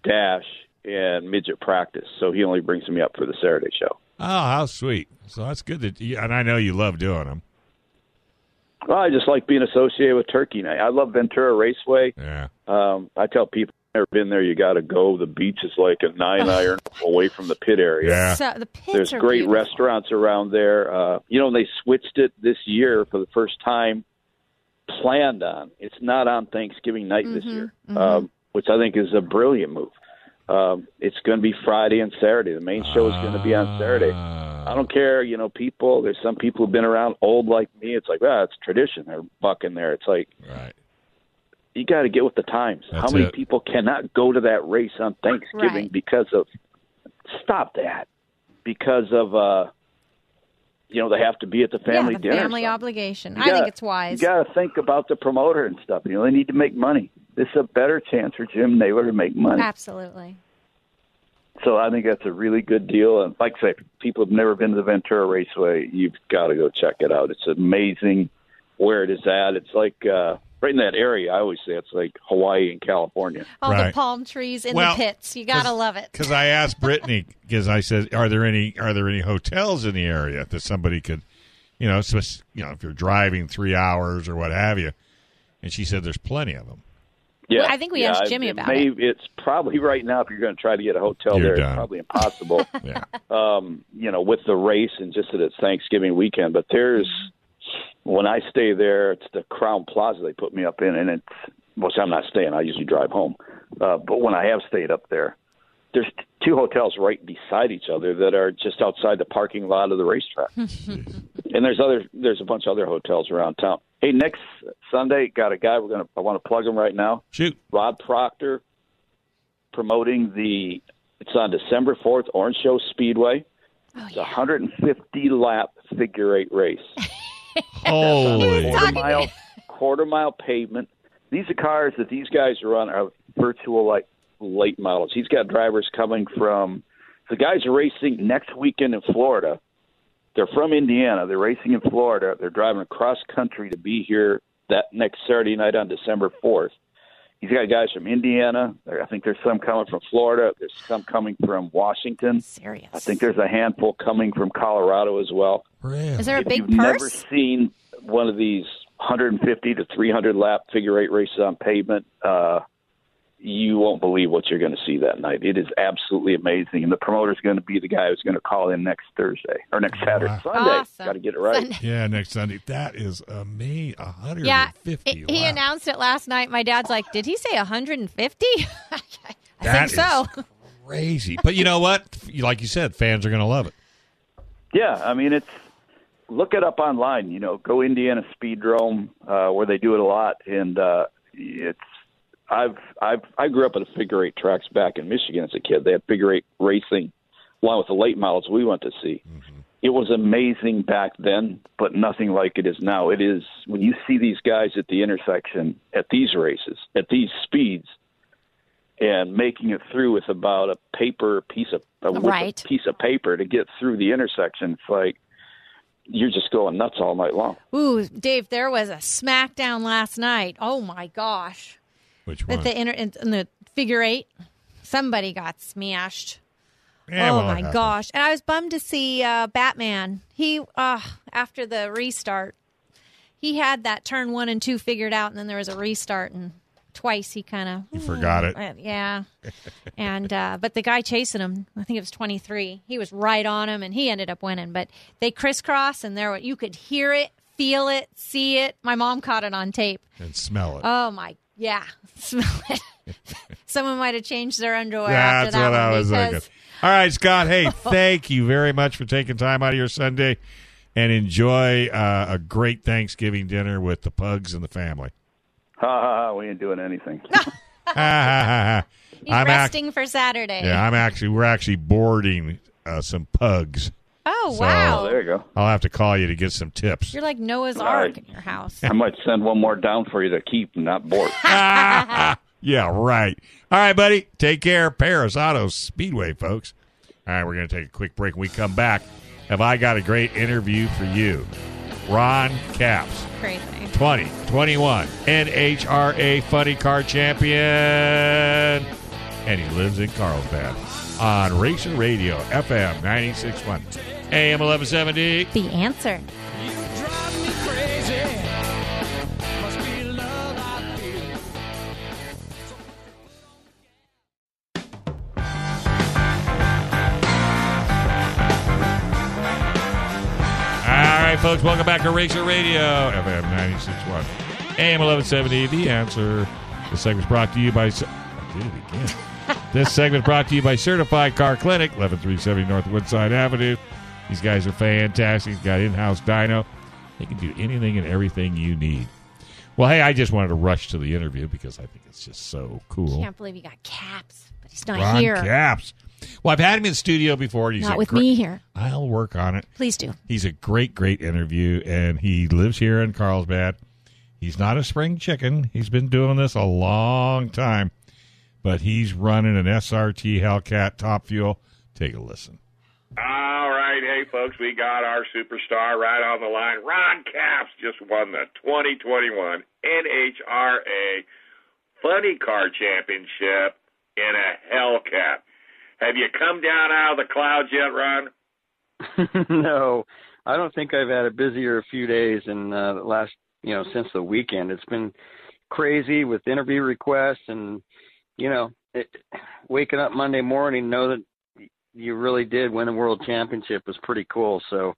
S7: dash and midget practice. So he only brings me up for the Saturday show.
S2: Oh, how sweet! So that's good that, you, and I know you love doing them.
S7: Well, I just like being associated with Turkey Night. I love Ventura Raceway.
S2: Yeah,
S7: Um, I tell people, if never been there, you got to go. The beach is like a nine iron away from the pit area.
S2: yeah.
S3: So the pits
S7: There's
S3: are
S7: great
S3: beautiful.
S7: restaurants around there. Uh, you know, they switched it this year for the first time. Planned on. It's not on Thanksgiving night this year,
S3: Mm-hmm.
S7: um, which I think is a brilliant move. Um, it's going to be Friday and Saturday. The main show is going to be on Saturday.
S2: Uh,
S7: I don't care, you know, people. There's some people who've been around old like me. It's like, ah, it's tradition. They're bucking there. It's like
S2: Right.
S7: you got to get with the times.
S2: That's
S7: How many
S2: it.
S7: people cannot go to that race on Thanksgiving
S3: Right.
S7: because of stop that because of uh you know they have to be at the family
S3: yeah, the
S7: dinner.
S3: family
S7: You
S3: obligation. I
S7: gotta-
S3: think it's wise.
S7: You got to think about the promoter and stuff. You know they need to make money. This is a better chance for Jim Naylor to make money.
S3: Absolutely.
S7: So I think that's a really good deal. And like I say, people have never been to the Ventura Raceway. You've got to go check it out. It's amazing where it is at. It's like uh, right in that area. I always say it's like Hawaii and California.
S3: All the
S2: Right.
S3: palm trees in
S2: Well,
S3: the pits. You got to love it.
S2: Because I asked
S7: [LAUGHS]
S2: Brittany, because I said, "Are there any are there any hotels in the area that somebody could, you know, so it's- you know, if you're driving three hours or what have you?" And she said, "There's plenty of them."
S7: Yeah,
S3: I think we
S7: yeah,
S3: asked Jimmy about
S7: may-
S3: it.
S7: It's probably right now if you're going to try to get a hotel
S2: You're
S7: there,
S2: done.
S7: it's probably
S2: [LAUGHS]
S7: impossible. um, you know, with the race and just that it's Thanksgiving weekend. But there's
S3: Mm-hmm.
S7: when I stay there, it's the Crown Plaza they put me up in, and it's which I'm not staying. I usually drive home. Uh, but when I have stayed up there, there's t- two hotels right beside each other that are just outside the parking lot of the racetrack. and there's other there's a bunch of other hotels around town. Hey, next Sunday, got a guy. We're gonna. I want to plug him right now. [LAUGHS]
S2: Shoot,
S7: Rob Proctor, promoting the. It's on December fourth, Orange Show Speedway.
S3: Oh,
S7: It's a 150 lap figure eight race.
S2: Holy.
S7: Quarter mile, quarter mile pavement. These are cars that these guys run are virtual like late models. He's got drivers coming from the guys are racing next weekend in Florida. They're from Indiana. They're racing in Florida. They're driving across country to be here that next Saturday night on December fourth. He's got guys from Indiana. There- I think there's some coming from Florida. There's some coming from Washington.
S3: [LAUGHS] Serious.
S7: I think there's a handful coming from Colorado as well.
S3: Is there a
S7: If
S3: big
S7: you've
S3: purse?
S7: never seen one of these 150 to 300 lap figure eight races on pavement, uh, you won't believe what you're going to see that night. It is absolutely amazing, and the promoter's going to be the guy who's going to call in next Thursday or next Saturday, Sunday.
S3: Awesome.
S7: Got to get it right.
S2: Yeah, next Sunday. That is amazing. 150.
S3: [LAUGHS] Yeah, he- he announced it last night. My dad's like, "Did he say 150?" [LAUGHS] I
S2: That
S3: think so.
S2: Crazy. But you know what?
S3: [LAUGHS]
S2: Like you said, fans are going to love it.
S7: Yeah, I mean it's look it up online. You know, go Indiana Speedrome uh, where they do it a lot, and uh, it's I've I've I grew up at the figure eight tracks back in Michigan as a kid. They had figure eight racing along with the late models we went to see. It was amazing back then, but nothing like it is now. It is when you see these guys at the intersection at these races at these speeds. And making it through with about a paper piece of a width of
S3: Right.
S7: piece of paper to get through the intersection. It's like you're just going nuts all night long.
S3: Ooh, Dave, there was a smackdown last night. Oh my gosh!
S2: Which
S3: At the inter- in, in the figure eight, somebody got smashed.
S2: Yeah,
S3: oh
S2: well, it
S3: my
S2: happens.
S3: gosh! And I was bummed to see uh, Batman. He uh, after the restart, he had that turn one and two figured out, and then there was a restart, and twice he kind
S2: [LAUGHS]
S3: of
S2: You forgot it.
S3: Uh, yeah. and uh, but the guy chasing him, I think it was 23. He was right on him, and he ended up winning. But they crisscross, and there were- you could hear it, feel it, see it. My mom caught it on tape.
S2: And smell it.
S3: Oh my, yeah, [LAUGHS] smell
S2: [LAUGHS]
S3: it. Someone might have changed their underwear after
S2: That's
S3: that
S2: what I
S3: one
S2: was
S3: because
S2: thinking. All right, Scott.
S3: [LAUGHS]
S2: Hey, thank you very much for taking time out of your Sunday and enjoy uh, a great Thanksgiving dinner with the pugs and the family.
S7: Ha ha ha! We ain't doing anything. [LAUGHS]
S2: Ha, ha, ha, ha.
S3: [LAUGHS] he's
S2: I'm act-
S3: resting for Saturday.
S2: yeah, I'm actually we're actually boarding uh, some pugs.
S3: oh
S2: So-
S3: wow,
S7: there you go.
S2: I'll have to call you to get some tips.
S3: you're like Noah's
S7: All
S3: Ark
S7: right.
S3: in your house.
S7: I might send one more down for you to keep, and not board.
S2: [LAUGHS] Yeah, right. All right, buddy. Take care. Paris Auto Speedway, folks. All right, we're going to take a quick break. When we come back, have I got a great interview for you? Ron Caps,
S3: Crazy.
S2: 20, 21, NHRA Funny Car Champion. And he lives in Carlsbad on Racer Radio, FM 96.1, AM 1170.
S3: The answer.
S2: All right, folks, welcome back to Racer Radio, FM 96.1, AM 1170, The Answer. This segment's brought to you by... Cer- I did it
S3: [LAUGHS]
S2: again. this segment's brought to you by Certified Car Clinic, 11370 North Woodside Avenue. These guys are fantastic. He's got in-house dyno. They can do anything and everything you need. Well, hey, I just wanted to rush to the interview because I think it's just so cool.
S3: Can't believe you got caps, but he's not
S2: Ron
S3: here.
S2: Caps. Well, I've had him in the studio before. and He's
S3: Not
S2: a
S3: with
S2: great-
S3: me here.
S2: I'll work on it.
S3: Please do.
S2: He's a great, great interview, and he lives here in Carlsbad. He's not a spring chicken. He's been doing this a long time, but he's running an SRT Hellcat Top Fuel. Take a listen.
S8: All right, [LAUGHS] hey folks, we got our superstar right on the line. Ron Caps just won the 2021 NHRA Funny Car Championship in a Hellcat. Have you come down out of the clouds yet, Ron?
S9: no, I don't think I've had a busier few days, and uh, the last you know since the weekend, it's been
S7: crazy with interview requests and you know it, waking up Monday morning know that you really did win a world championship was pretty cool. So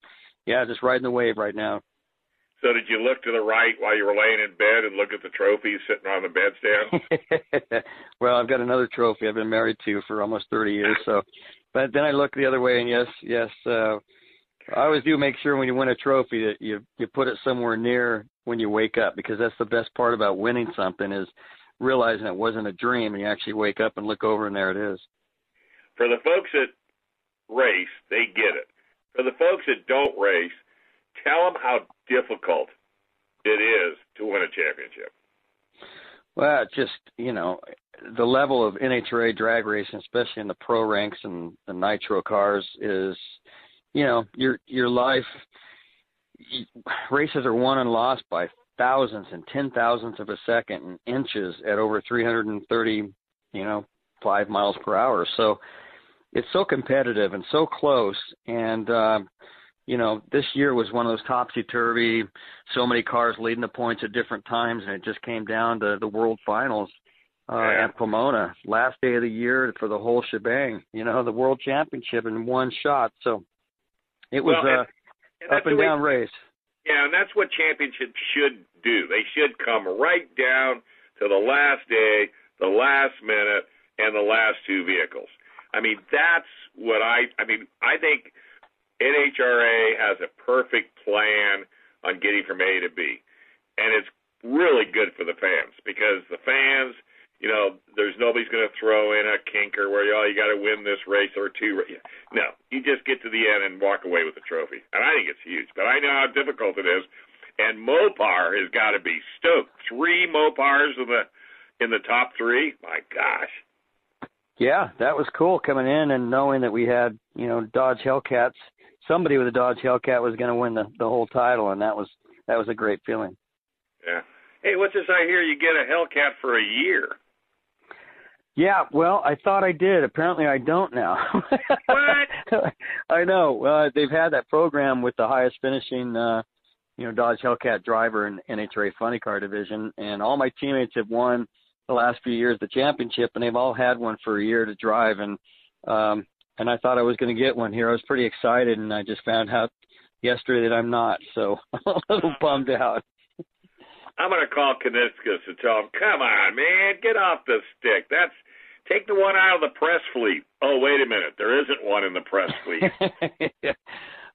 S7: yeah, just riding the wave right now.
S2: So did you look to the right while you were laying in bed and look at the trophies sitting on the bedstand?
S7: well, I've got another trophy I've been married to for almost 30 years. So, but then I look the other way, and yes, yes, uh, I always do make sure when you win a trophy that you you put it somewhere near when you wake up because that's the best part about winning something is realizing it wasn't a dream and you actually wake up and look over and there it is.
S2: For the folks that race, they get it. For the folks that don't race, tell them how difficult it is to win a championship.
S7: Well, it's just you know the level of NHRA drag racing, especially in the pro ranks and the nitro cars, is you know your your life. Races are won and lost by thousands and ten thousandths of a second and inches at over 330, you know, five miles per hour. So it's so competitive and so close. And um, you know, this year was one of those topsy turvy, so many cars leading the points at different times, and it just came down to the world finals uh, yeah. at Pomona, last day of the year for the whole shebang. You know, the world championship in one shot. So it was
S2: Well,
S7: a
S2: and that's
S7: up and
S2: the way-
S7: down race.
S2: Yeah, and that's what championships should do. They should come right down to the last day, the last minute, and the last two vehicles. I mean, that's what I. I mean, I think NHRA has a perfect plan on getting from A to B, and it's really good for the fans because the fans, you know, there's nobody's going to throw in a kinker where oh, you got to win this race or two. ra- No, you just get to the end and walk away with the trophy, and I think it's huge. But I know how difficult it is, and Mopar has got to be stoked. Three Mopars in the in the top three. My gosh.
S7: Yeah, that was cool coming in and knowing that we had, you know, Dodge Hellcats. Somebody with a Dodge Hellcat was going to win the the whole title, and that was that was a great feeling.
S2: Yeah. Hey, what's this I hear? You get a Hellcat for a year.
S7: Yeah, well, I thought I did. Apparently, I don't now.
S2: what?
S7: [LAUGHS] I know. Uh, they've had that program with the highest finishing, uh, you know, Dodge Hellcat driver in NHRA Funny Car division, and all my teammates have won the last few years the championship, and they've all had one for a year to drive, and um, and I thought I was going to get one here. I was pretty excited, and I just found out yesterday that I'm not, so I'm a little bummed out.
S2: I'm gonna call Kaniskas and tell him, "Come on, man, get off the stick. That's take the one out of the press fleet." Oh, wait a minute, there isn't one in the press
S7: [LAUGHS]
S2: fleet.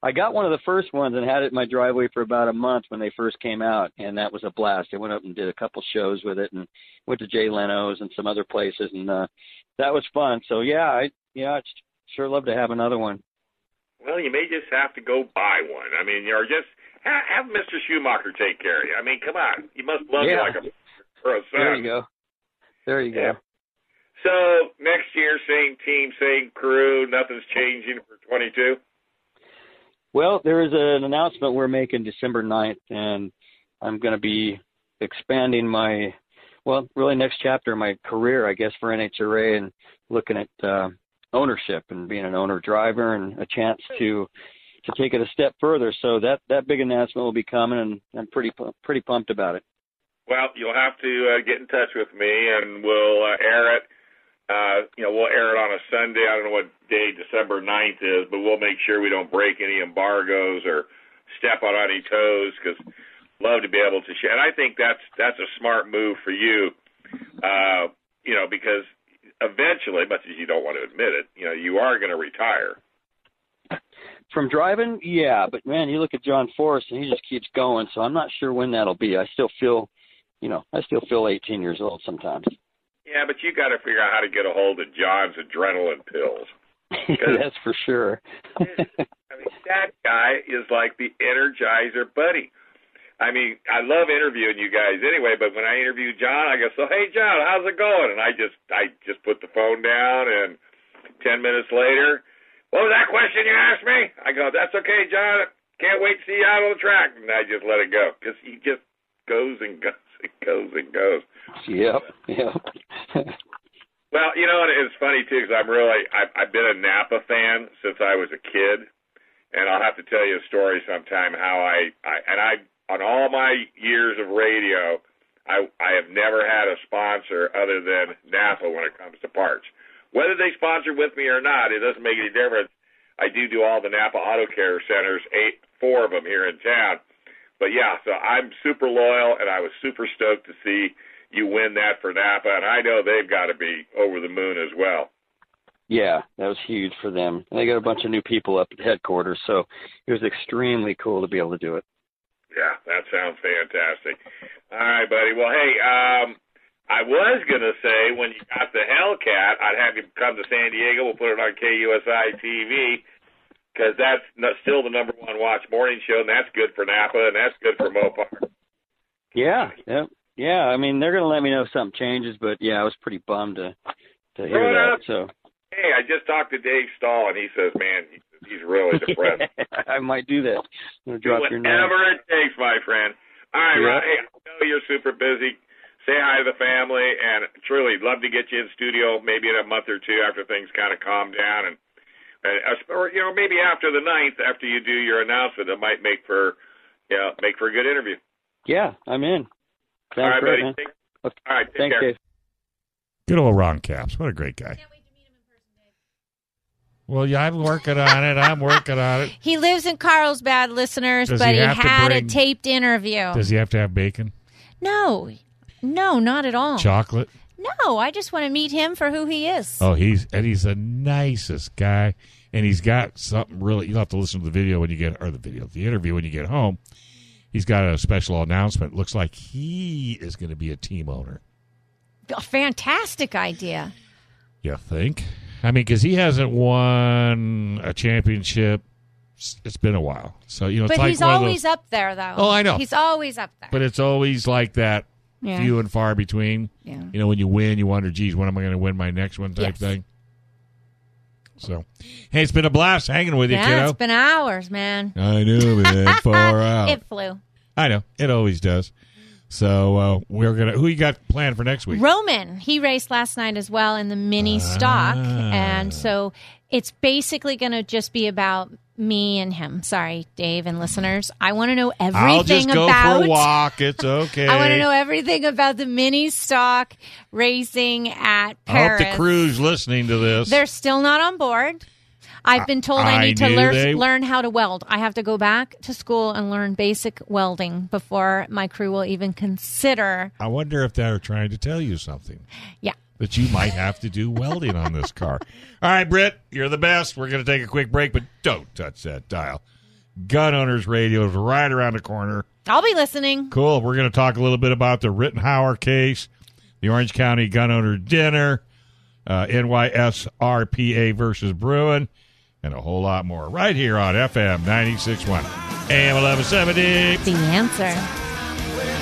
S7: I got one of the first ones and had it in my driveway for about a month when they first came out, and that was a blast. I went up and did a couple shows with it, and went to Jay Leno's and some other places, and uh, that was fun. So yeah, I yeah, I'd sure love to have another one.
S2: well, you may just have to go buy one. I mean, or just have, have Mr. Schumacher take care of you. I mean, come on, you must love
S7: Yeah.
S2: you like a or a son.
S7: There you go. There you go.
S2: So next year, same team, same crew. Nothing's changing for 22.
S7: Well, there is an announcement we're making December 9th, and I'm going to be expanding my, well, really next chapter of my career, I guess, for NHRA and looking at uh, ownership and being an owner driver and a chance to to take it a step further. So that that big announcement will be coming, and I'm pretty pu- pretty pumped about it.
S2: Well, you'll have to uh, get in touch with me, and we'll uh, air it. Uh, you know, we'll air it on a Sunday. I don't know what day December ninth is, but we'll make sure we don't break any embargoes or step on any toes because love to be able to share. And I think that's that's a smart move for you. Uh, you know, because eventually, much as you don't want to admit it, you know, you are going to retire.
S7: From driving, yeah, but man, you look at John Forrest, and he just keeps going. So I'm not sure when that'll be. I still feel, you know, I still feel 18 years old sometimes.
S2: Yeah, but you got to figure out how to get a hold of John's adrenaline
S10: [LAUGHS]
S2: pills.
S7: That's for sure.
S2: [LAUGHS] I mean, that guy is like the Energizer Bunny. I mean, I love interviewing you guys anyway, but when I interview John, I go, "So hey, John, how's it going?" And I just, I just put the phone down, and ten minutes later, what was that question you asked me? I go, "That's okay, John. Can't wait to see you out on the track." And I just let it go because he just goes and goes and goes and goes.
S7: Yep, yep.
S2: Well, you know, and it's funny too because I'm really I've, I've been a Napa fan since I was a kid, and I'll have to tell you a story sometime how I, I and I on all my years of radio, I I have never had a sponsor other than NASA when it comes to parts. Whether they sponsor with me or not, it doesn't make any difference. I do do all the Napa Auto Care centers, eight four of them here in town. But yeah, so I'm super loyal, and I was super stoked to see you win that for Napa, and I know they've got to be over the moon as well.
S10: Yeah, that was huge for them. And they got a bunch of new people up at headquarters, so it was extremely cool to be able to do it.
S2: Yeah, that sounds fantastic. All right, buddy. Well, hey, um, I was gonna say when you got the Hellcat, I'd have you come to San Diego. We'll put it on KUSI TV because that's n- still the number one watch morning show, and that's good for Napa and that's good for Mopar.
S10: Yeah, yeah, yeah. I mean, they're gonna let me know if something changes, but yeah, I was pretty bummed to to hear
S2: Right
S10: that.
S2: up.
S10: So
S2: Hey, I just talked to Dave Stahl, and he says, man, he- he's really depressed.
S10: [LAUGHS] I might do that. I'm gonna
S2: Do
S10: drop your name.
S2: whatever it takes, my friend. All right,
S10: Yeah.
S2: Ron, hey, I know you're super busy. Say hi to the family, and truly love to get you in studio maybe in a month or two after things kind of calm down, and, and uh, or you know maybe after the ninth, after you do your announcement, it might make for you know make for a good interview.
S10: Yeah, I'm in. Sounds
S2: All right,
S10: great,
S2: buddy.
S10: man.
S2: Take- all right, take
S10: Thanks,
S2: care.
S10: Dave.
S7: Good old Ron Caps. What a great guy. Well, yeah, I'm working on it. I'm working on
S3: [LAUGHS]
S7: it.
S3: He lives in Carlsbad, listeners,
S7: Does
S3: but
S7: he
S3: he,
S7: have to
S3: had
S7: bring-
S3: a taped interview.
S7: Does he have to have bacon,
S3: no, no, not at all.
S7: chocolate?
S3: No, I just want to meet him for who he is.
S7: Oh, he's and he's the nicest guy, and he's got something really. You'll have to listen to the video when you get or the video, the interview when you get home. He's got a special announcement. Looks like he is going to be a team owner.
S3: A fantastic idea.
S7: You think? I mean, because he hasn't won a championship. s- It's been a while, so you know.
S3: but
S7: it's like
S3: he's
S7: one of those-
S3: always up there, though.
S7: Oh, I know.
S3: He's always up there.
S7: But it's always like that,
S3: Yeah.
S7: few and far between.
S3: Yeah.
S7: You know, when you win, you wonder, geez, when am I going to win my next one type
S3: Yes.
S7: thing. So, hey, it's been a blast hanging with you,
S3: yeah,
S7: kiddo.
S3: it's been hours, man. Ah,
S7: I know, man. Far out.
S3: It flew.
S7: I know. It always does. So uh, we're gonna. Who you got planned for next week?
S3: Roman, he raced last night as well in the mini stock.
S7: Ah.
S3: And so it's basically going to just be about me and him. Sorry, Dave and listeners. I want to know everything
S7: I'll just go
S3: about.
S7: for a walk. It's okay.
S3: I want to know everything about the mini stock racing
S7: I
S3: at
S7: hope
S3: Paris.
S7: the crew's listening to this.
S3: They're still not on board. I've been told I,
S7: I
S3: need to
S7: knew
S3: learn,
S7: they-
S3: learn how to weld. I have to go back to school and learn basic welding before my crew will even consider.
S7: I wonder if they're trying to tell you something
S3: Yeah.
S7: that you might have to do welding on this car. All right, Britt, you're the best. We're going to take a quick break, but don't touch that dial. Gun Owners Radio is right around the corner.
S3: I'll be listening.
S7: Cool. We're going to talk a little bit about the Rittenhauer case, the Orange County gun owner dinner, uh, NYSRPA versus Bruin, and a whole lot more right here on FM 96.1 AM 1170.
S3: The answer.